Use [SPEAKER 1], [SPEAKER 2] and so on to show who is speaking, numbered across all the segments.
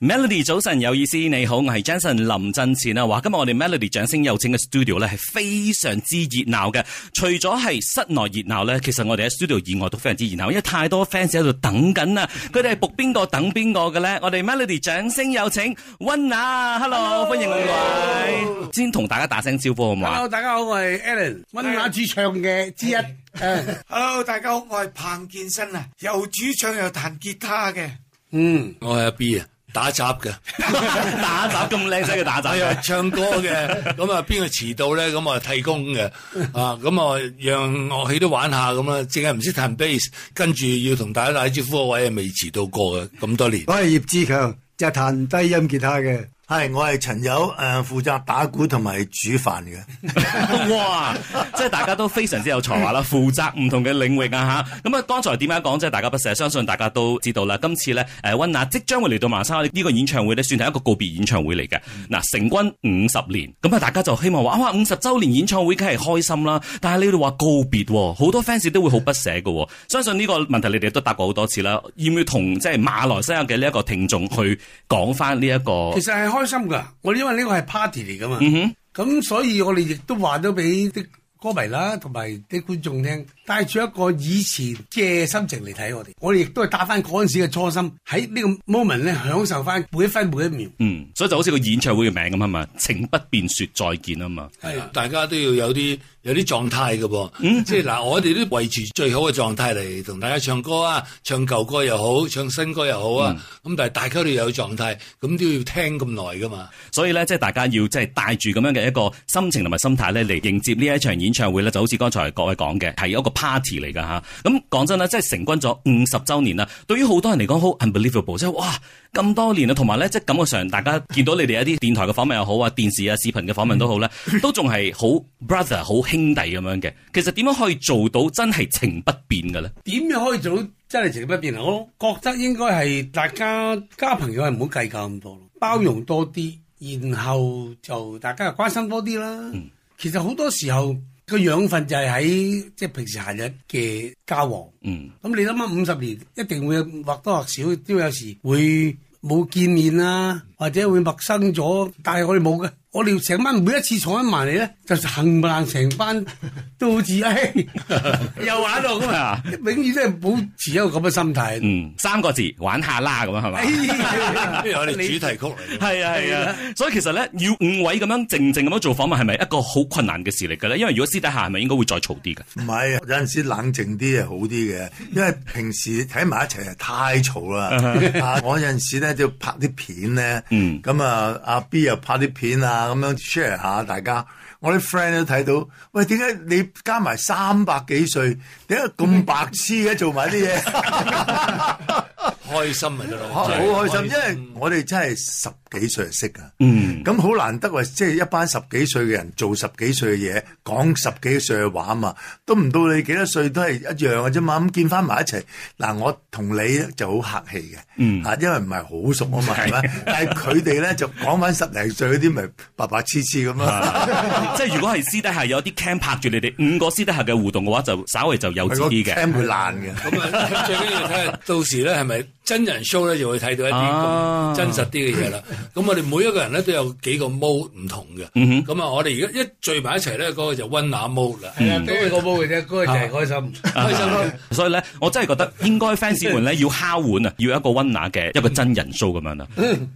[SPEAKER 1] Melody 早晨有意思，你好，我係 Jason 林振前啊！話今日我哋 Melody 掌聲有請嘅 studio 咧係非常之熱鬧嘅，除咗係室內熱鬧咧，其實我哋喺 studio 以外都非常之熱鬧，因為太多 fans 喺度等緊啦。佢哋係仆邊個等邊個嘅咧？我哋 Melody 掌聲有請温娜，Hello，歡迎兩位，先同大家打聲招呼好唔好啊？
[SPEAKER 2] Hello，大家好，我係 Alan，温雅主唱嘅之一。誒
[SPEAKER 3] Hello，大家好，我係彭健新啊，又主唱又彈吉他嘅。
[SPEAKER 2] 嗯，
[SPEAKER 4] 我係阿 B 啊，打雜嘅，
[SPEAKER 1] 打雜咁靚仔嘅打
[SPEAKER 4] 係啊，
[SPEAKER 1] 雜，
[SPEAKER 4] 唱歌嘅，咁啊邊個遲到咧？咁啊替工嘅，啊咁啊讓樂器都玩下咁啦，淨係唔識彈 bass，跟住要同大家打招呼嗰位係未遲到過嘅，咁多
[SPEAKER 1] 哦
[SPEAKER 4] 年。
[SPEAKER 5] 我係葉志強，就係彈低音吉他嘅。
[SPEAKER 6] 係，我係陳友，誒、負責打鼓同埋煮飯嘅。
[SPEAKER 1] 哇！即係大家都非常之有才 華啦，負責唔同嘅領域啊吓。咁啊，剛才點解講即係大家不捨，相信大家都知道啦。今次咧，誒温娜即將會嚟到馬來西亞呢個演唱會咧，算係一個告別演唱會嚟嘅。
[SPEAKER 2] 嗯
[SPEAKER 1] 嗱，成軍五十年，咁啊，大家就希望話哇，五十週年演唱會梗係開心啦。但係你哋話告別喎，好多 fans 都會好不捨嘅喎。相信呢個問題你哋都答過好多次啦。要唔要同即係馬來西亞嘅呢一個聽眾去講翻呢一個？
[SPEAKER 2] 其實係開心噶，我因為呢個係 party 嚟噶嘛，
[SPEAKER 1] 嗯哼，
[SPEAKER 2] 咁所以我哋亦都話咗俾啲歌迷啦，同埋啲觀眾聽，帶住一個以前嘅心情嚟睇我哋，我哋亦都係打翻嗰陣時嘅初心，喺呢個 moment 咧享受翻每一分每一秒。
[SPEAKER 1] 嗯，所以就好似個演唱會嘅名咁啊嘛，情不便說再見啊嘛。
[SPEAKER 2] 係啊
[SPEAKER 4] 大家都要有啲有啲狀態嘅噃，
[SPEAKER 1] 嗯
[SPEAKER 4] 即係嗱，我哋都維持最好嘅狀態嚟同大家唱歌啊，唱舊歌又好，唱新歌又好啊，
[SPEAKER 1] 嗯
[SPEAKER 4] 咁、但係大家都要有狀態，咁都要聽咁耐 噶嘛。
[SPEAKER 1] 所以咧，即係大家要即係帶住咁樣嘅一個心情同埋心態咧嚟迎接呢一場演唱會咧，就好似剛才各位講嘅，係一個 party 嚟㗎吓。咁講真啦，即係成軍咗五十週年啦，對於好多人嚟講好 unbelievable，即係哇咁多年啦，同埋咧即係感覺上大家見到你哋一啲電台嘅訪問又好啊，電視啊、視頻嘅訪問都好咧，都仲係好 brother、好兄弟咁樣嘅。其實點樣可以做到真係情不變嘅咧？
[SPEAKER 2] 點樣可以做到真係情不變啊？我覺得應該係大家交朋友係唔好計較咁多咯，包容多啲，然後就大家又關心多啲啦。其實好多時候個養分就係喺即係平時閒日嘅交往。
[SPEAKER 1] 嗯，
[SPEAKER 2] 咁你諗下五十年一定會或多或少都有時會冇見面啊，或者會陌生咗，但係我哋冇嘅。我哋成班每一次坐喺埋嚟咧，就冚唪唥成班都好似哎唉、又玩到咁啊！永遠都係保持一個咁嘅心態。哎
[SPEAKER 1] 嗯，三個字玩下啦咁啊樣係嘛？
[SPEAKER 4] 因為我哋主
[SPEAKER 2] 你
[SPEAKER 4] 題曲嚟嘅。
[SPEAKER 1] 係啊係啊，所以其實咧要五位咁樣靜靜咁樣做訪問，係咪一個好困難嘅事嚟嘅咧？因為如果私底下係咪應該會再嘈啲嘅？
[SPEAKER 6] 唔係，啊有陣時冷靜啲係好 啲嘅，因為平時睇埋一齊係太嘈啦。啊，我有陣時咧就拍啲片咧，
[SPEAKER 1] 嗯
[SPEAKER 6] 咁啊阿 B 又拍啲片啊，咁樣 share 下大家。我啲 friend 都睇到，喂，點解你加埋三百幾歲，點解咁白痴嘅做埋啲 嘢？
[SPEAKER 4] 開心咪得咯，
[SPEAKER 6] 啊好
[SPEAKER 4] 真係
[SPEAKER 6] 開心，因為我哋真係十幾歲就識噶，
[SPEAKER 1] 嗯
[SPEAKER 6] 咁好難得話，即係一班十幾歲嘅人做十幾歲嘅嘢，講十幾歲嘅話嘛，都唔到你幾多歲都係一樣嘅啫嘛。咁見翻埋一齊，嗱，我同你就好客氣嘅，
[SPEAKER 1] 嗯
[SPEAKER 6] 嚇，因為唔係好熟啊嘛，係咪？ 但係佢哋咧就講翻十零歲嗰啲，咪白白痴痴咁啊，
[SPEAKER 1] 即係如果係私底下有啲 cam 拍住你哋五個私底下嘅互動嘅話，就稍微就幼稚
[SPEAKER 6] 個
[SPEAKER 1] 啲嘅。嗯
[SPEAKER 6] cam 會爛嘅。
[SPEAKER 4] 咁啊，最緊要睇下到時咧係咪真人 show 咧，就會睇到一
[SPEAKER 1] 啊
[SPEAKER 4] 啲咁真實啲嘅嘢啦。咁我哋每一個人咧都有幾個 mode 唔同嘅。
[SPEAKER 1] 嗯哼
[SPEAKER 4] 咁啊，我哋而家一聚埋一齊咧，嗰、個就温雅 mode 啦，
[SPEAKER 2] 係啊，
[SPEAKER 1] 嗯
[SPEAKER 2] 都係個煲嘅啫，嗰個就係開心。
[SPEAKER 4] 開心嘅。
[SPEAKER 1] 所以咧，我真係覺得應該 fans 們咧要敲碗啊，要有一個温拿嘅一個真人 show 咁樣啦。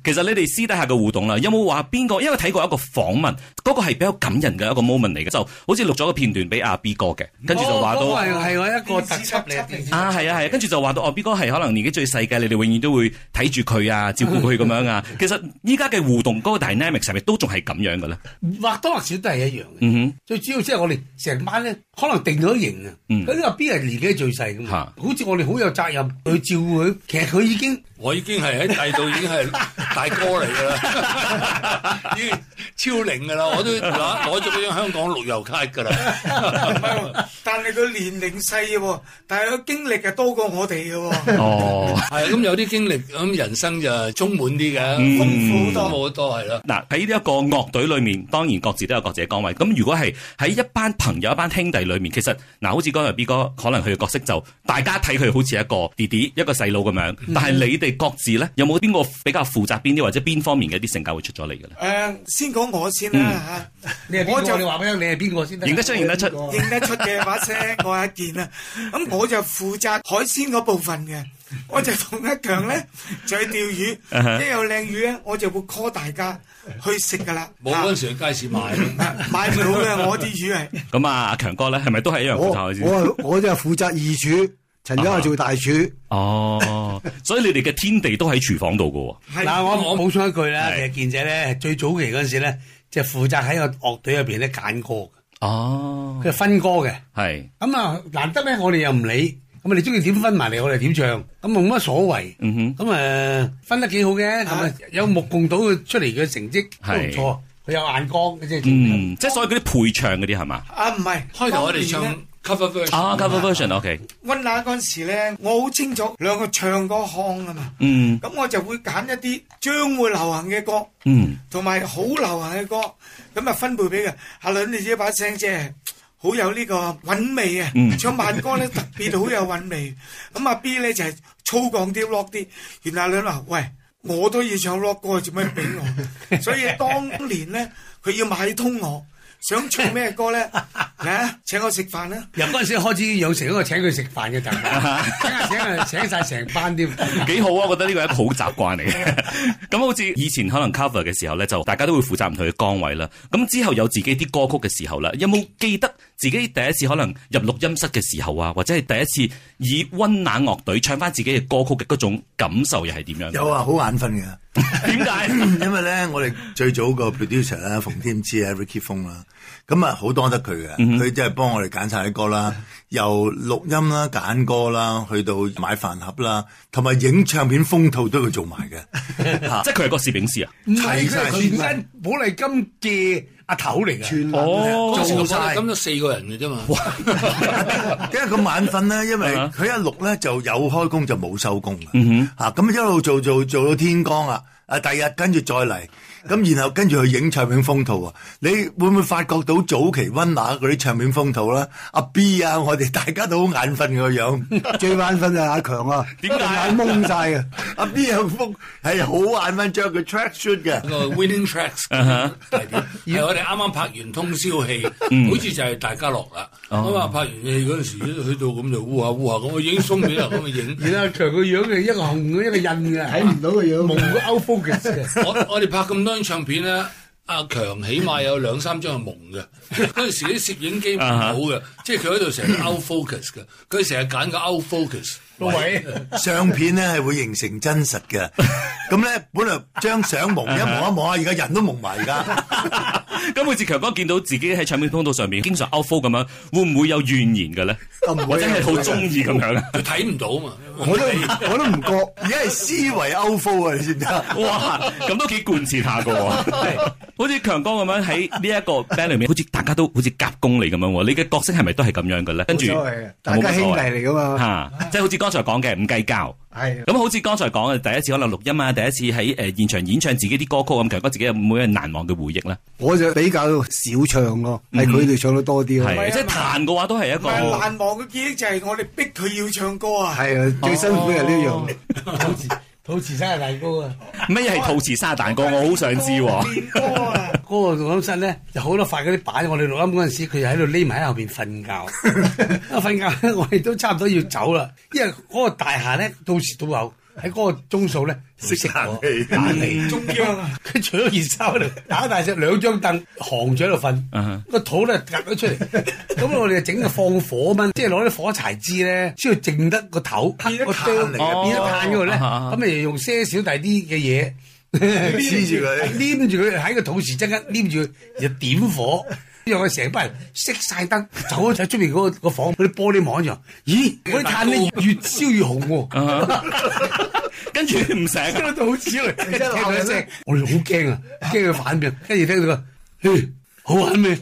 [SPEAKER 1] 其實你哋私底下嘅互動啦，有冇話邊個？因為睇過一個訪問，嗰、個係比較感人嘅一個 moment 嚟嘅，就好似錄咗個片段俾阿 B 哥嘅，跟住就話到。
[SPEAKER 2] 哦嗰個係係我一個特輯嚟嘅電視
[SPEAKER 1] 啊，係啊，係啊，跟住就話到哦，B 哥係可能年紀最細嘅，你哋永遠都會睇住佢啊，照顧佢咁樣啊。其實依家嘅互動嗰個 dynamic 係咪都仲係咁樣嘅咧？
[SPEAKER 2] 嗯或多或少都係一樣嘅。
[SPEAKER 1] 嗯
[SPEAKER 2] 最主要即係我哋成班咧，可能定咗型啊。
[SPEAKER 1] 嗯
[SPEAKER 2] 咁阿 B 係年紀最細噶
[SPEAKER 1] 嚇
[SPEAKER 2] 嘛，好似我哋好有責任去照顧佢。其實佢已經
[SPEAKER 4] 我已經係喺第度已經係大哥嚟㗎啦，已經超齡㗎啦，我都攞攞咗嗰張香港綠油卡㗎啦。
[SPEAKER 3] 但係佢年齡細喎，但係佢經歷係多過我哋嘅 喎。
[SPEAKER 1] 哦。
[SPEAKER 4] 係啊咁有啲經歷，咁人生就充滿啲嘅，
[SPEAKER 3] 嗯
[SPEAKER 4] 豐富好多係啦。
[SPEAKER 1] 嗱喺呢一個樂隊裏面，當然各自都有各自嘅崗位。咁如果係喺一班朋友、一班兄弟裏面，其實嗱，好似剛才 B 哥，可能佢嘅角色就大家睇佢好似一個弟弟、一個細佬咁樣。但係你哋各自咧，有冇邊個比較負責邊啲，或者邊方面嘅一啲性格會出咗嚟嘅咧？
[SPEAKER 3] 誒、先講我先
[SPEAKER 5] 嗯
[SPEAKER 3] 啦嚇。
[SPEAKER 2] 你係邊個
[SPEAKER 3] 我就
[SPEAKER 2] 你話俾我聽，你係邊個先得？
[SPEAKER 1] 認得出認得出
[SPEAKER 2] 我係邊
[SPEAKER 3] 認得出嘅把 聲，我係一件啊。咁我就負責海鮮嗰部分嘅，我就同阿強咧就去釣
[SPEAKER 1] 啊哈
[SPEAKER 4] Uh-huh
[SPEAKER 3] 魚，一有靚魚咧，我就會 call 大家去食噶啦。
[SPEAKER 4] 冇嗰陣時去街市買，
[SPEAKER 3] 啊買唔到嘅，我啲魚係
[SPEAKER 1] 咁啊，阿強哥咧，係咪都係一樣負
[SPEAKER 5] 我
[SPEAKER 1] 責嘅先？
[SPEAKER 5] 我我就係負責二廚，陳友係做大
[SPEAKER 1] 啊
[SPEAKER 5] 廚。
[SPEAKER 1] 哦，所以你哋嘅天地都喺廚房度嘅
[SPEAKER 3] 係
[SPEAKER 2] 嗱，我
[SPEAKER 4] 我
[SPEAKER 2] 補充一句啦，
[SPEAKER 1] 係
[SPEAKER 2] 其實健仔咧最早期嗰陣時咧，就負責喺個樂隊入邊咧揀歌嘅，
[SPEAKER 1] 喎。哦，
[SPEAKER 2] 佢係分歌嘅。
[SPEAKER 1] 係，
[SPEAKER 2] 咁啊，難得咧，我哋又唔理，咁啊你中意點分埋嚟，我哋點唱，咁啊冇乜所謂。
[SPEAKER 1] 嗯哼，
[SPEAKER 2] 咁誒分得幾好嘅，咁啊有目共睹佢出嚟嘅成績都唔
[SPEAKER 1] 係
[SPEAKER 2] 錯，佢有眼光嘅即係。
[SPEAKER 1] 嗯，即係所以嗰啲配唱嗰啲係嘛？
[SPEAKER 3] 啊，唔係
[SPEAKER 4] 開頭我哋唱
[SPEAKER 3] 當年呢
[SPEAKER 4] cover version
[SPEAKER 1] 啊，cover version，OK，
[SPEAKER 3] 温拿嗰陣時咧，我好清楚兩個唱歌腔啊嘛，
[SPEAKER 1] 嗯
[SPEAKER 3] 咁我就會揀一啲將會流行嘅歌。
[SPEAKER 1] 嗯。
[SPEAKER 3] 同埋好流行嘅歌，咁啊分配俾佢。阿倫你自己把聲即係好有呢個韻味啊！
[SPEAKER 1] 嗯
[SPEAKER 3] 唱慢歌咧特別好有韻味。咁阿 B 咧就係、粗犷啲 rock 啲。原來阿倫話：喂，我都要唱 rock 歌，做咩俾 我？所以當年咧，佢要買通我，想唱咩 歌咧？嚟啊，請我食飯啦！
[SPEAKER 2] 由嗰陣時開始養成一個請佢食飯嘅習慣， 請啊下請下請晒成班添。
[SPEAKER 1] 幾好啊！我覺得呢個係一個好習慣嚟嘅。 咁好似以前可能 cover 嘅時候咧，就大家都會負責唔同嘅崗位啦。咁之後有自己啲歌曲嘅時候啦，有冇記得自己第一次可能入錄音室嘅時候啊，或者係第一次以温冷樂隊唱翻自己嘅歌曲嘅嗰種感受又係點樣？
[SPEAKER 6] 有啊，好眼瞓嘅。
[SPEAKER 1] 點解？
[SPEAKER 6] 因為咧，我哋最早個 producer 啦，馮添枝啊，Ricky 峰啦，咁啊好多得佢嘅，佢即係幫我哋揀晒啲歌啦，由錄音啦、揀歌啦，去到買飯盒啦，同埋影唱片封套都佢做埋 嘅，嚇
[SPEAKER 1] 即係佢係個攝影師啊！
[SPEAKER 2] 唔係
[SPEAKER 6] 齊晒
[SPEAKER 2] 佢係全身寶麗金嘅阿頭嚟嘅，
[SPEAKER 5] 全
[SPEAKER 1] 哦
[SPEAKER 4] 嗰陣時
[SPEAKER 6] 做
[SPEAKER 4] 我
[SPEAKER 6] 晒
[SPEAKER 4] 哋咁就四個人嘅啫嘛。
[SPEAKER 6] 點解咁晚瞓咧？因為
[SPEAKER 1] 啊
[SPEAKER 6] 佢一錄咧就有開工就冇收工嘅，嚇咁一路做做做到天光啦。啊，第二日跟住再嚟，咁然後跟住去影唱片封套啊！你會唔會發覺到早期温拿嗰啲唱片封套啦？阿 B 啊，我哋大 家都好眼瞓個樣。
[SPEAKER 5] 最眼瞓就係阿強啊，
[SPEAKER 1] 點解啊
[SPEAKER 5] 眼蒙晒嘅。
[SPEAKER 6] 阿 B 有封係好眼瞓，着佢 track suit 嘅。
[SPEAKER 4] 個 winning tracks 代表，係我哋啱啱拍完通宵戲，好似就係大家樂啦。咁啊，拍完戲嗰陣時，去到咁就烏下烏下咁，我影鬆咗啦，咁啊影。
[SPEAKER 2] 而阿強個樣係一個紅嘅，一個印嘅，
[SPEAKER 5] 睇唔到個樣
[SPEAKER 2] 蒙個 out focus 嘅。
[SPEAKER 4] 我我哋拍咁多張唱片咧，阿強起碼有兩三張係蒙嘅。嗰陣時啲攝影機唔好嘅，即係佢喺度成日 out focus 嘅，佢成日揀個 out focus。
[SPEAKER 2] 喂，
[SPEAKER 6] 相片咧係會形成真實嘅，咁咧本來張相蒙一望一望啊，而家人都蒙埋㗎。
[SPEAKER 1] 咁每次強哥見到自己喺唱片通道上面經常 out f o 咁樣，會唔會有怨言嘅咧？
[SPEAKER 5] 啊唔會啊
[SPEAKER 1] 或者係好中意咁樣啊？
[SPEAKER 4] 佢睇唔到嘛？
[SPEAKER 5] 我都我都唔覺。
[SPEAKER 6] 而家係思維歐夫啊，你知唔知啊？
[SPEAKER 1] 哇，咁都幾貫徹下噶 喎，好似強哥咁樣喺呢一個 band 裏面，好似大家都好似夾攻嚟咁樣喎。你嘅角色係咪都係咁樣嘅咧？跟住
[SPEAKER 5] 冇所謂嘅大家兄弟嚟㗎嘛
[SPEAKER 1] 嚇，即係好似剛才講嘅，唔計較。
[SPEAKER 5] 係
[SPEAKER 1] 咁好似剛才講嘅，第一次可能錄音啊，第一次喺誒現場演唱自己啲歌曲咁，強哥自己有冇咩難忘嘅回憶咧？
[SPEAKER 5] 我就比較少唱咯，係佢哋唱得多啲咯。
[SPEAKER 1] 嗯係即係彈嘅話都係一
[SPEAKER 3] 唔係
[SPEAKER 1] 個。
[SPEAKER 3] 難忘嘅記憶就係我哋逼佢要唱歌啊！
[SPEAKER 5] 係啊，最辛苦係呢樣。
[SPEAKER 2] 肚臍肚臍生日蛋糕啊！
[SPEAKER 1] 咩係陶瓷沙蛋糕？我好想知喎。
[SPEAKER 3] 練歌啊！
[SPEAKER 2] 嗰個錄音室咧，就好多塊嗰啲板，我哋錄音嗰陣時，佢就喺度匿埋喺後邊瞓覺。啊，瞓覺，我哋都差唔多要走啦，因為嗰個大廈咧，到時到後喺嗰個鐘數咧，熄
[SPEAKER 6] 冷
[SPEAKER 2] 咗
[SPEAKER 6] 氣
[SPEAKER 2] 冷氣，
[SPEAKER 3] 中央啊，
[SPEAKER 2] 佢除咗件衫喺度打大隻兩張凳行住喺度
[SPEAKER 1] 嗯哼
[SPEAKER 2] 瞓，個肚咧夾咗出嚟。咁我哋就整個放火蚊，即係攞啲火柴枝咧，先要靜得個頭，個
[SPEAKER 6] 變咗炭嚟
[SPEAKER 1] 嘅
[SPEAKER 2] 變咗炭嗰度咧，
[SPEAKER 1] 哦啊啊
[SPEAKER 2] 咁咪用些少第啲嘅嘢。
[SPEAKER 6] 黐住佢
[SPEAKER 2] 黏住佢喺個肚時即刻黏住佢，就點火，讓佢成班人熄晒燈，走咗喺出面嗰個個房嗰啲玻璃網上，咦，嗰啲炭咧越燒越紅喎，
[SPEAKER 1] 跟住唔醒啊。
[SPEAKER 2] 聽到好似嚟，聽
[SPEAKER 5] 即係鬧
[SPEAKER 2] 到
[SPEAKER 5] 人
[SPEAKER 2] 一聲
[SPEAKER 5] 咧，
[SPEAKER 2] 我哋好驚啊，驚佢反面，跟住聽到佢，嘿，好玩咩？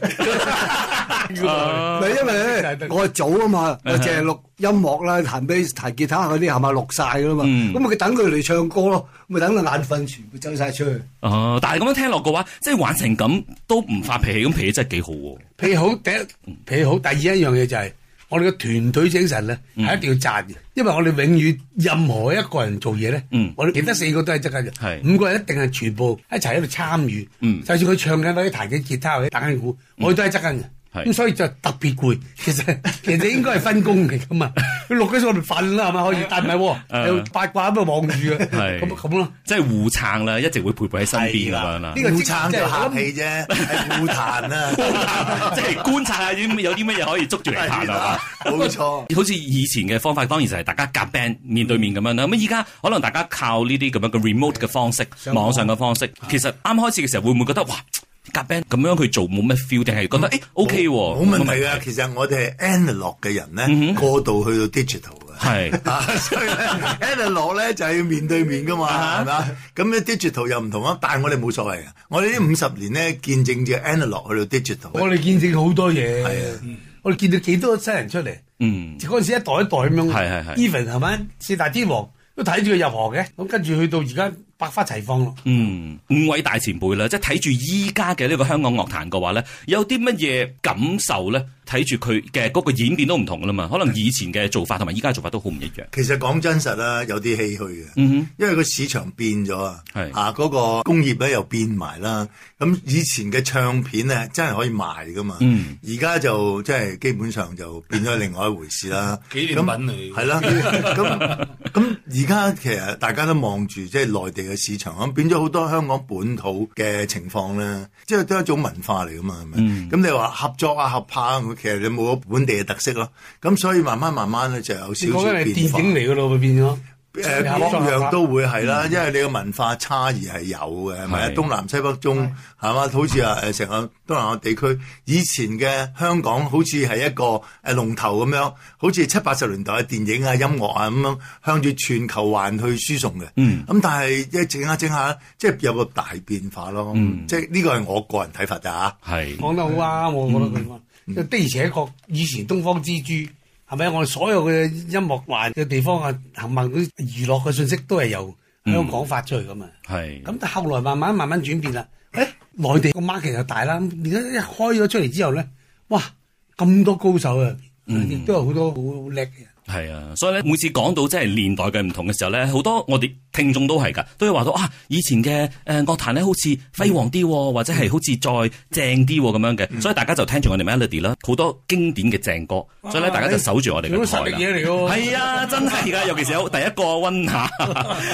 [SPEAKER 5] 唔係因為咧，啊我係早啊嘛，
[SPEAKER 1] 嗯
[SPEAKER 5] 我淨係錄音樂啦、彈 bass、彈吉他嗰啲係咪錄晒㗎啦嘛？
[SPEAKER 1] 嗯
[SPEAKER 5] 咁咪佢等佢嚟唱歌咯，咪等佢眼瞓全部走晒出去。
[SPEAKER 1] 哦，但係咁樣聽落嘅話，即係玩成咁都唔發脾氣，咁脾氣真係幾好喎。
[SPEAKER 2] 脾好第一，脾好第二一樣嘢就係、我哋嘅團隊精神咧，
[SPEAKER 1] 嗯
[SPEAKER 2] 係一定要讚嘅，因為我哋永遠任何一個人做嘢咧，
[SPEAKER 1] 嗯
[SPEAKER 2] 我哋其他四個都係即刻嘅，
[SPEAKER 1] 係
[SPEAKER 2] 五個人一定係全部一齊喺度參與，
[SPEAKER 1] 嗯
[SPEAKER 2] 就算佢唱緊或者彈緊吉他或者打緊鼓，我哋都係即刻嘅。
[SPEAKER 1] 係
[SPEAKER 2] 咁所以就特別攰，其 實其實應該係分工嚟噶嘛。佢錄嗰時我哋瞓啦，係咪可以？但唔係
[SPEAKER 1] 啊
[SPEAKER 2] 喎，有八卦咁啊望住啊，
[SPEAKER 1] 係
[SPEAKER 2] 咁咁咯。
[SPEAKER 1] 即係互撐啦，一直會陪伴喺身邊咁樣啦
[SPEAKER 5] 呢。個
[SPEAKER 6] 互
[SPEAKER 5] 即
[SPEAKER 6] 撐
[SPEAKER 5] 即
[SPEAKER 6] 就
[SPEAKER 5] 係
[SPEAKER 6] 客氣啫，係互彈 啊，
[SPEAKER 1] 即 係觀察下啲有啲乜嘢可以捉住嚟彈係嘛？
[SPEAKER 6] 冇錯。
[SPEAKER 1] 好似以前嘅方法，當然就係大家夾 band 面對面咁樣啦。咁依家可能大家靠呢啲咁樣嘅 remote 嘅方式、網上嘅方式，其實啱開始嘅時候會唔會覺得哇夾 band 咁樣去做冇乜 feel，定係覺啊得誒 OK 喎？啊
[SPEAKER 6] 冇問題㗎。其實我哋係 analog 嘅人
[SPEAKER 1] 嗯
[SPEAKER 6] 咧，過渡去到 digital 嘅。
[SPEAKER 1] 係
[SPEAKER 6] 啊，所以咧 analog 咧就係要面對面噶
[SPEAKER 1] 啊
[SPEAKER 6] 嘛，係嘛？咁咧 digital 又唔同啊，但係我哋冇所謂嘅。我哋呢五十年咧見證住 analog 去到 digital。
[SPEAKER 2] 我哋見證好多嘢
[SPEAKER 6] 係啊，
[SPEAKER 2] 我哋見到幾多新人出嚟。
[SPEAKER 1] 嗯
[SPEAKER 2] 嗰陣時一代一代咁樣，
[SPEAKER 1] 係係係
[SPEAKER 2] even 係咪四大天王都睇住佢入行嘅，咁跟住去到而家百花齊放咯。
[SPEAKER 1] 嗯，五位大前輩啦，即係睇住依家嘅呢個香港樂壇嘅話咧，有啲乜嘢感受咧？睇住佢嘅嗰個演變都唔同㗎啦嘛，可能以前嘅做法同埋依家嘅做法都好唔一樣。
[SPEAKER 6] 其實講真實啦，有啲唏噓嘅，
[SPEAKER 1] 嗯
[SPEAKER 6] 因為個市場變咗啊，
[SPEAKER 1] 係
[SPEAKER 6] 啊嗰、個工業咧又變埋啦。咁以前嘅唱片咧真係可以賣噶嘛，
[SPEAKER 1] 嗯
[SPEAKER 6] 而家、就即係基本上就變咗另外一回事啦。
[SPEAKER 4] 紀念品啊嚟
[SPEAKER 6] 係啦，咁咁而家其實大家都望住即係內地嘅市場，咁變咗好多香港本土嘅情況咧，即係都係一種文化嚟噶嘛，係咪？咁、你話合作啊、合拍啊，其實你冇咗本地嘅特色咯。咁所以慢慢慢慢咧就有少
[SPEAKER 2] 你講
[SPEAKER 6] 少
[SPEAKER 2] 緊係
[SPEAKER 6] 變化
[SPEAKER 2] 電。影嚟嘅咯，會變咗。
[SPEAKER 6] 誒各樣都會係啦，因為你個文化差異係有嘅，係咪啊
[SPEAKER 1] 係
[SPEAKER 6] 東南西北中係嘛？好似啊誒成個東南亞地區，以前嘅香港好似係一個誒龍頭咁樣，好似七八十年代嘅電影啊、音樂啊咁樣向住全球環去輸送嘅。
[SPEAKER 1] 嗯
[SPEAKER 6] 咁但係一整下整下，即係有個大變化咯。
[SPEAKER 1] 嗯
[SPEAKER 6] 即係呢個係我個人睇法咋嚇。
[SPEAKER 1] 係。
[SPEAKER 2] 講得好
[SPEAKER 6] 嗯
[SPEAKER 2] 啱，我覺得佢講，因為的而且確以前東方之珠係咪？我哋所有嘅音樂環嘅地方啊，行行嗰啲娛樂嘅信息都係由
[SPEAKER 6] 嗯
[SPEAKER 2] 香港發出去噶嘛。
[SPEAKER 1] 係
[SPEAKER 2] 咁但後來慢慢慢慢轉變啦，誒、內地個 market 又大啦，而家一開咗出嚟之後咧，哇咁多高手啊，
[SPEAKER 6] 嗯
[SPEAKER 2] 亦、都有好多好好叻嘅人。
[SPEAKER 1] 係啊，所以咧每次講到即係年代嘅唔同嘅時候咧，好多我哋聽眾都係㗎，都會話到啊，以前嘅誒樂壇咧好似輝煌啲喎，或者係好似再正啲喎咁樣嘅，所以大家就聽住我哋 Melody 啦，好多經典嘅正歌，所以咧大家就守住我哋
[SPEAKER 2] 好
[SPEAKER 1] 嘅台
[SPEAKER 2] 實力
[SPEAKER 1] 啦。
[SPEAKER 2] 嘢嚟喎。
[SPEAKER 1] 係啊，真係噶，尤其是有第一個温雅。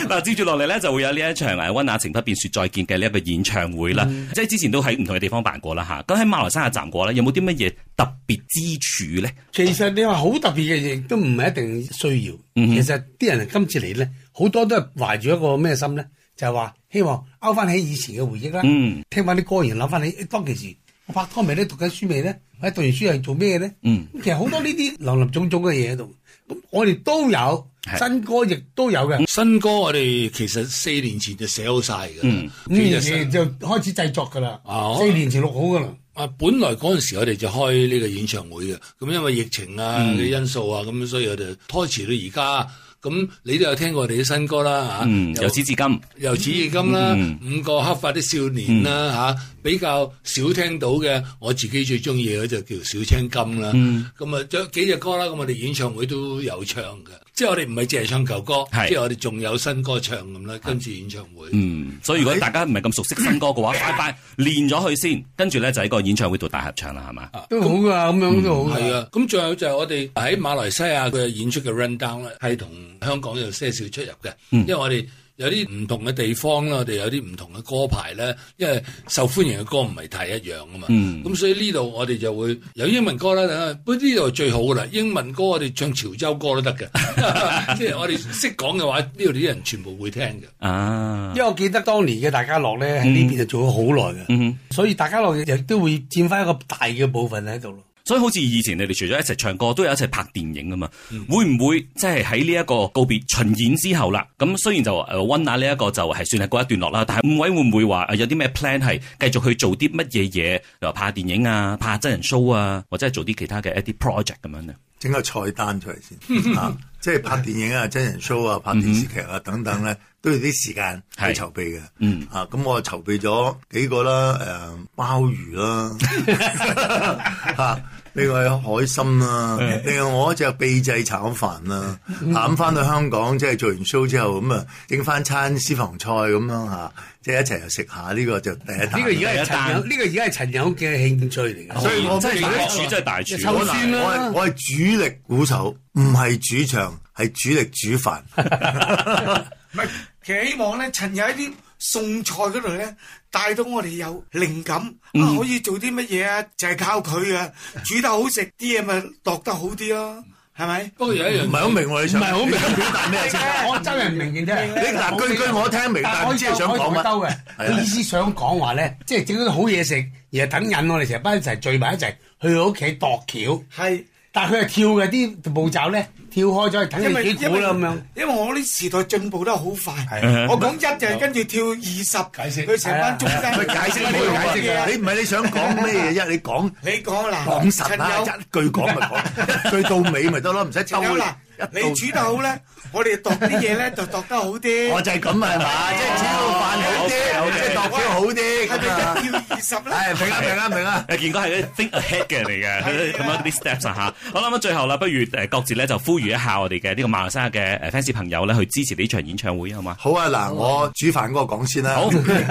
[SPEAKER 1] 嗱，接住落嚟咧就會有呢一場誒温雅情不變説再見嘅呢一個演唱會啦。即係之前都喺唔同嘅地方辦過啦吓，咁喺馬來西亞站過咧，有冇啲乜嘢特別之處咧？
[SPEAKER 2] 其實你話好特別嘅嘢，亦都唔係一定需要。
[SPEAKER 1] 嗯哼
[SPEAKER 2] 其實啲人今次嚟咧，好多都係懷住一個咩心咧，就係、話希望勾翻起以前嘅回憶啦。
[SPEAKER 1] 嗯
[SPEAKER 2] 聽翻啲歌，然後諗翻起誒當其時我拍拖未咧，讀緊書未咧，或者讀完書係做咩咧？
[SPEAKER 1] 嗯
[SPEAKER 2] 咁其實好多呢啲 林林種種嘅嘢喺度。咁我哋都有
[SPEAKER 1] 係
[SPEAKER 2] 新歌，亦都有嘅。
[SPEAKER 4] 新歌我哋其實四年前就寫好晒㗎啦，
[SPEAKER 1] 嗯
[SPEAKER 2] 五年
[SPEAKER 4] 其實
[SPEAKER 2] 前就開始製作㗎啦
[SPEAKER 4] 哦，
[SPEAKER 2] 四年前錄好㗎啦。
[SPEAKER 4] 啊，本來嗰陣時我哋就開呢個演唱會嘅，咁因為疫情啊
[SPEAKER 1] 嗯
[SPEAKER 4] 嘅因素啊，咁所以我哋拖遲到而家。咁你都有聽過我哋啲新歌啦嚇，
[SPEAKER 1] 嗯，
[SPEAKER 4] 有
[SPEAKER 1] 由此至今。
[SPEAKER 4] 由紫至金啦，
[SPEAKER 1] 嗯
[SPEAKER 4] 五個黑髮的少年啦嚇、比較少聽到嘅，我自己最中意嘅就叫小青金啦。
[SPEAKER 1] 嗯
[SPEAKER 4] 咁啊、將幾隻歌啦，咁我哋演唱會都有唱嘅，即係我哋唔係淨係唱舊歌，
[SPEAKER 1] 係
[SPEAKER 4] 即係我哋仲有新歌唱咁啦。今次演唱會，
[SPEAKER 1] 嗯，所以如果大家唔係咁熟悉新歌嘅話，快快練咗佢先，跟住咧就喺個演唱會度大合唱啦，係嘛？
[SPEAKER 2] 都好㗎，咁樣都好㗎。
[SPEAKER 4] 係啊，咁仲有就係我哋喺馬來西亞嘅演出嘅 run down 咧，係同香港有些少出入嘅，
[SPEAKER 6] 嗯
[SPEAKER 4] 因為我哋有啲唔同嘅地方啦，我哋有啲唔同嘅歌牌咧，因為受歡迎嘅歌唔係太一樣啊嘛，
[SPEAKER 1] 嗯
[SPEAKER 4] 咁所以呢度我哋就會有英文歌啦，等下不過呢度係最好噶啦，英文歌我哋唱潮州歌都得嘅， 即係我哋識講嘅話，呢度啲人全部會聽嘅。
[SPEAKER 1] 啊
[SPEAKER 2] 因，為我記得當年嘅大家樂咧喺呢邊就做咗好耐嘅，
[SPEAKER 1] 嗯哼
[SPEAKER 2] 所以大家樂亦都會佔翻一個大嘅部分喺度咯。
[SPEAKER 1] 所以好似以前你哋除咗一齊唱歌，都有一齊拍電影噶嘛。會唔會即係喺呢一個告別巡演之後啦？咁雖然就誒温拿呢一個就係算係嗰一段落啦，但係五位會唔會話呃有啲咩 plan 係繼續去做啲乜嘢嘢？例如話拍電影啊、拍真人 show 啊，或者係做啲其他嘅一啲 project 咁樣咧？
[SPEAKER 6] 整個菜單出嚟先 啊！即係拍電影啊、真人 show 啊、拍
[SPEAKER 2] 嗯
[SPEAKER 6] 電視劇啊等等咧，都要啲時間去
[SPEAKER 1] 係
[SPEAKER 6] 籌備嘅。
[SPEAKER 1] 嗯
[SPEAKER 6] 啊，咁我籌備咗幾個啦，誒、鮑 魚啦， 嚇、另外有海參啦，
[SPEAKER 2] 嗯
[SPEAKER 6] 另外我一隻秘製炒飯啦，嚇咁翻到香港即係做完 show 之後咁啊，整翻餐私房菜咁樣嚇，即係一齊又食下呢、個就第一啖。
[SPEAKER 2] 呢個而家係陳友，
[SPEAKER 1] 第
[SPEAKER 2] 呢個而家係陳友嘅興趣嚟嘅。
[SPEAKER 6] 所以我
[SPEAKER 1] 真係
[SPEAKER 6] 不如
[SPEAKER 1] 大廚，真係大廚。
[SPEAKER 2] 抽先
[SPEAKER 6] 我係
[SPEAKER 2] 啦，
[SPEAKER 6] 我係主力鼓手，唔係主唱，係主力煮飯。
[SPEAKER 3] 唔係，其實希望咧，陳友喺啲餸菜嗰度咧，帶到我哋有靈感，
[SPEAKER 2] 嗯
[SPEAKER 3] 啊可以做啲乜嘢啊，就係、靠佢啊，煮得好食啲嘢咪落得好啲咯，係咪？
[SPEAKER 4] 不過有一樣
[SPEAKER 6] 唔係好明我哋想，唔係好明想表達咩先？
[SPEAKER 2] 我真係唔明嘅啫。
[SPEAKER 6] 你嗱句句我聽明，但
[SPEAKER 2] 但
[SPEAKER 6] 係
[SPEAKER 2] 我
[SPEAKER 6] 唔知你想
[SPEAKER 2] 我
[SPEAKER 6] 講
[SPEAKER 2] 我兜
[SPEAKER 6] 乜？
[SPEAKER 2] 嘅，
[SPEAKER 6] 係啊
[SPEAKER 2] 佢意思想講話咧，即係整到好嘢食，而係等引我哋成班一齊聚埋一齊去佢屋企度橋。
[SPEAKER 3] 係。
[SPEAKER 2] 但係佢係跳嘅啲步驟咧，跳開咗，等
[SPEAKER 3] 因
[SPEAKER 2] 你
[SPEAKER 3] 為
[SPEAKER 2] 自己
[SPEAKER 3] 因
[SPEAKER 2] 估
[SPEAKER 3] 為
[SPEAKER 2] 啦咁樣。啊
[SPEAKER 3] 因為我啲時代進步得好快
[SPEAKER 1] 係，
[SPEAKER 3] 我講一就係跟住跳二十，
[SPEAKER 4] 解釋
[SPEAKER 3] 佢成班中間
[SPEAKER 6] 佢啊解釋冇用
[SPEAKER 3] 解釋
[SPEAKER 6] 啊！
[SPEAKER 3] 啊
[SPEAKER 6] 你唔係你想講咩嘢啫？你講
[SPEAKER 3] 你講啦，
[SPEAKER 6] 講實啦，
[SPEAKER 3] 陳友
[SPEAKER 6] 一句講咪講，句到尾咪得咯，唔使抽
[SPEAKER 3] 陳友嗱
[SPEAKER 6] 啦。，
[SPEAKER 3] 你
[SPEAKER 6] 一
[SPEAKER 3] 煮得好咧，我哋度啲嘢咧就度得好
[SPEAKER 6] 到我
[SPEAKER 3] 啲，
[SPEAKER 6] 就係咁係嘛，即係煮到飯好啲，即係度橋好啲
[SPEAKER 3] 係咪
[SPEAKER 6] 咁啊！
[SPEAKER 3] 一 跳二十咧？
[SPEAKER 6] 唉，明啦明啦明啦！
[SPEAKER 1] 誒健哥係嗰啲 think ahead 嘅人嚟嘅，咁樣啲 steps 啊嚇。好啦，咁最後啦，不如誒各自咧就呼籲一下我哋嘅呢個馬來西亞嘅誒 fans 朋友咧去支持呢場演唱會好嘛？
[SPEAKER 6] 好啊，嗱，我煮飯嗰個講先啦。
[SPEAKER 1] 好，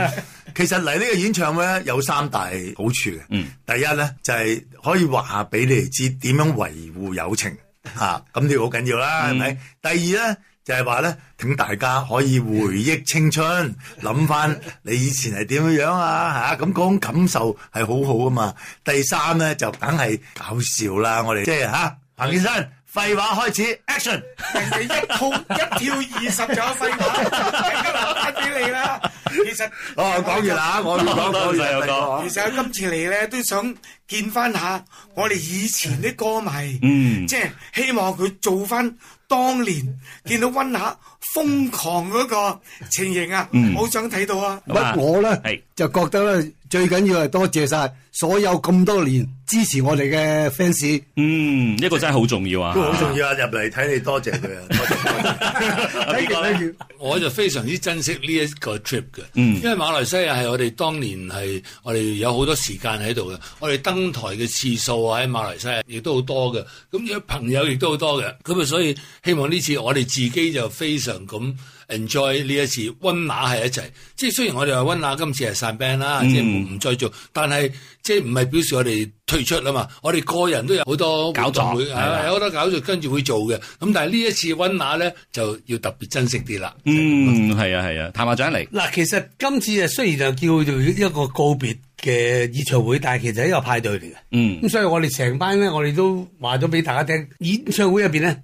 [SPEAKER 6] 其實嚟呢個演唱會咧有三大好處嘅。
[SPEAKER 1] 嗯
[SPEAKER 6] 第一咧就係、可以話俾你哋知點樣維護友 情嚇，咁呢個好緊要啦，
[SPEAKER 1] 嗯
[SPEAKER 6] 係咪？第二咧就係話咧，請大家可以回憶 青春，諗翻你以前係點樣樣啊嚇，咁嗰種感受係好好啊嘛。第三咧就梗係搞笑啦，我哋即係嚇彭先生。廢話開始，action！
[SPEAKER 3] 人哋一套一跳二十就有廢話，而家留翻俾你啦。其實
[SPEAKER 6] 哦，講完啦，我要講
[SPEAKER 1] 多
[SPEAKER 6] 講
[SPEAKER 1] 謝
[SPEAKER 6] 完啦
[SPEAKER 1] 有個
[SPEAKER 3] 其實今次嚟咧都想見翻下我哋以前啲歌迷，
[SPEAKER 1] 嗯
[SPEAKER 3] 即係希望佢做翻當年見到温拿瘋狂嗰個情形啊，
[SPEAKER 6] 嗯
[SPEAKER 3] 好想睇到啊！
[SPEAKER 1] 好嘛
[SPEAKER 5] 不我
[SPEAKER 1] 係
[SPEAKER 5] 咧就覺得咧最緊要係多謝晒所有咁多年支持我哋嘅 fans。
[SPEAKER 1] 嗯，呢個真係好重要啊！
[SPEAKER 6] 都好重要啊！入嚟睇你，多謝佢啊，多謝多謝。
[SPEAKER 1] 阿邊個咧？
[SPEAKER 4] 我就非常之珍惜呢一個 trip 嘅，
[SPEAKER 1] 嗯
[SPEAKER 4] 因為馬來西亞係我哋當年係我哋有好多時間喺度嘅，我哋登台嘅次數啊喺馬來西亞亦都好多嘅，咁有朋友亦都好多嘅，咁啊所以希望呢次我哋自己就非常咁 enjoy 呢一次温拿喺一齊，即係雖然我哋話温拿今次係散 band 啦，即係唔唔再做，但係即係唔係表示我哋退出啊嘛，我哋個人都有好多活
[SPEAKER 1] 搞作
[SPEAKER 4] 動會
[SPEAKER 1] 係
[SPEAKER 4] 係
[SPEAKER 1] 啦
[SPEAKER 4] 啊有好多搞作跟住會做嘅，咁但係呢一次温拿咧就要特別珍惜啲啦。
[SPEAKER 1] 嗯，係啊，係啊，譚校長嚟，
[SPEAKER 2] 嗱，其實今次啊，雖然就叫做一個告別嘅演唱會，但係其實係一個派對嚟嘅。
[SPEAKER 1] 嗯
[SPEAKER 2] 咁所以我哋成班咧，我哋都話咗俾大家聽，演唱會入邊咧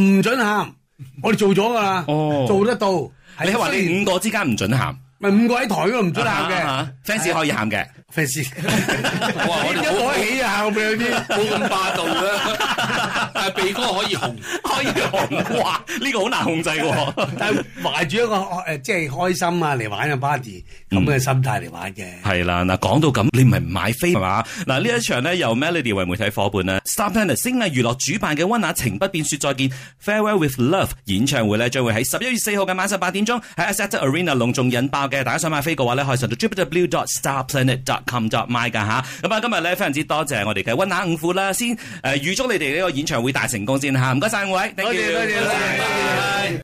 [SPEAKER 2] 唔准喊，我哋做咗噶啦，
[SPEAKER 1] 哦
[SPEAKER 2] 做得到。
[SPEAKER 1] 你係話
[SPEAKER 2] 雖然
[SPEAKER 1] 你五個之間唔准喊，
[SPEAKER 2] 咪五個喺台嗰度唔准喊嘅
[SPEAKER 1] 啊哈 fans 可以喊嘅，
[SPEAKER 2] fans，
[SPEAKER 4] 哇我哋
[SPEAKER 2] 一我起啊喊俾佢啲。
[SPEAKER 4] 冇咁霸道啦， 但係鼻哥可以紅。
[SPEAKER 1] 可以喊，哇！呢個好難控制喎。
[SPEAKER 2] 但係懷住一個誒、呃即係開心啊嚟玩嘅 party 咁嘅心態嚟玩嘅。
[SPEAKER 1] 係啦，嗱講到咁，你唔係唔買飛係嘛？嗱呢一場呢，由 Melody 為媒體伙伴啊 s t a r p l a n e t 星藝娛樂主辦嘅温雅情不變說再見 Farewell with Love 演唱會呢，將會喺十一月四號嘅晚上八點鐘喺 Asset Arena 隆重引爆嘅。大家想買飛嘅話呢，可以上到 www.starplanet.com.my 噶吓。咁啊，今日呢，非常之多謝我哋嘅温雅五虎啦，先誒預祝你哋呢個演唱會大成功先吓，唔該晒五位，thank you，
[SPEAKER 2] 多謝多謝多謝
[SPEAKER 1] 拜拜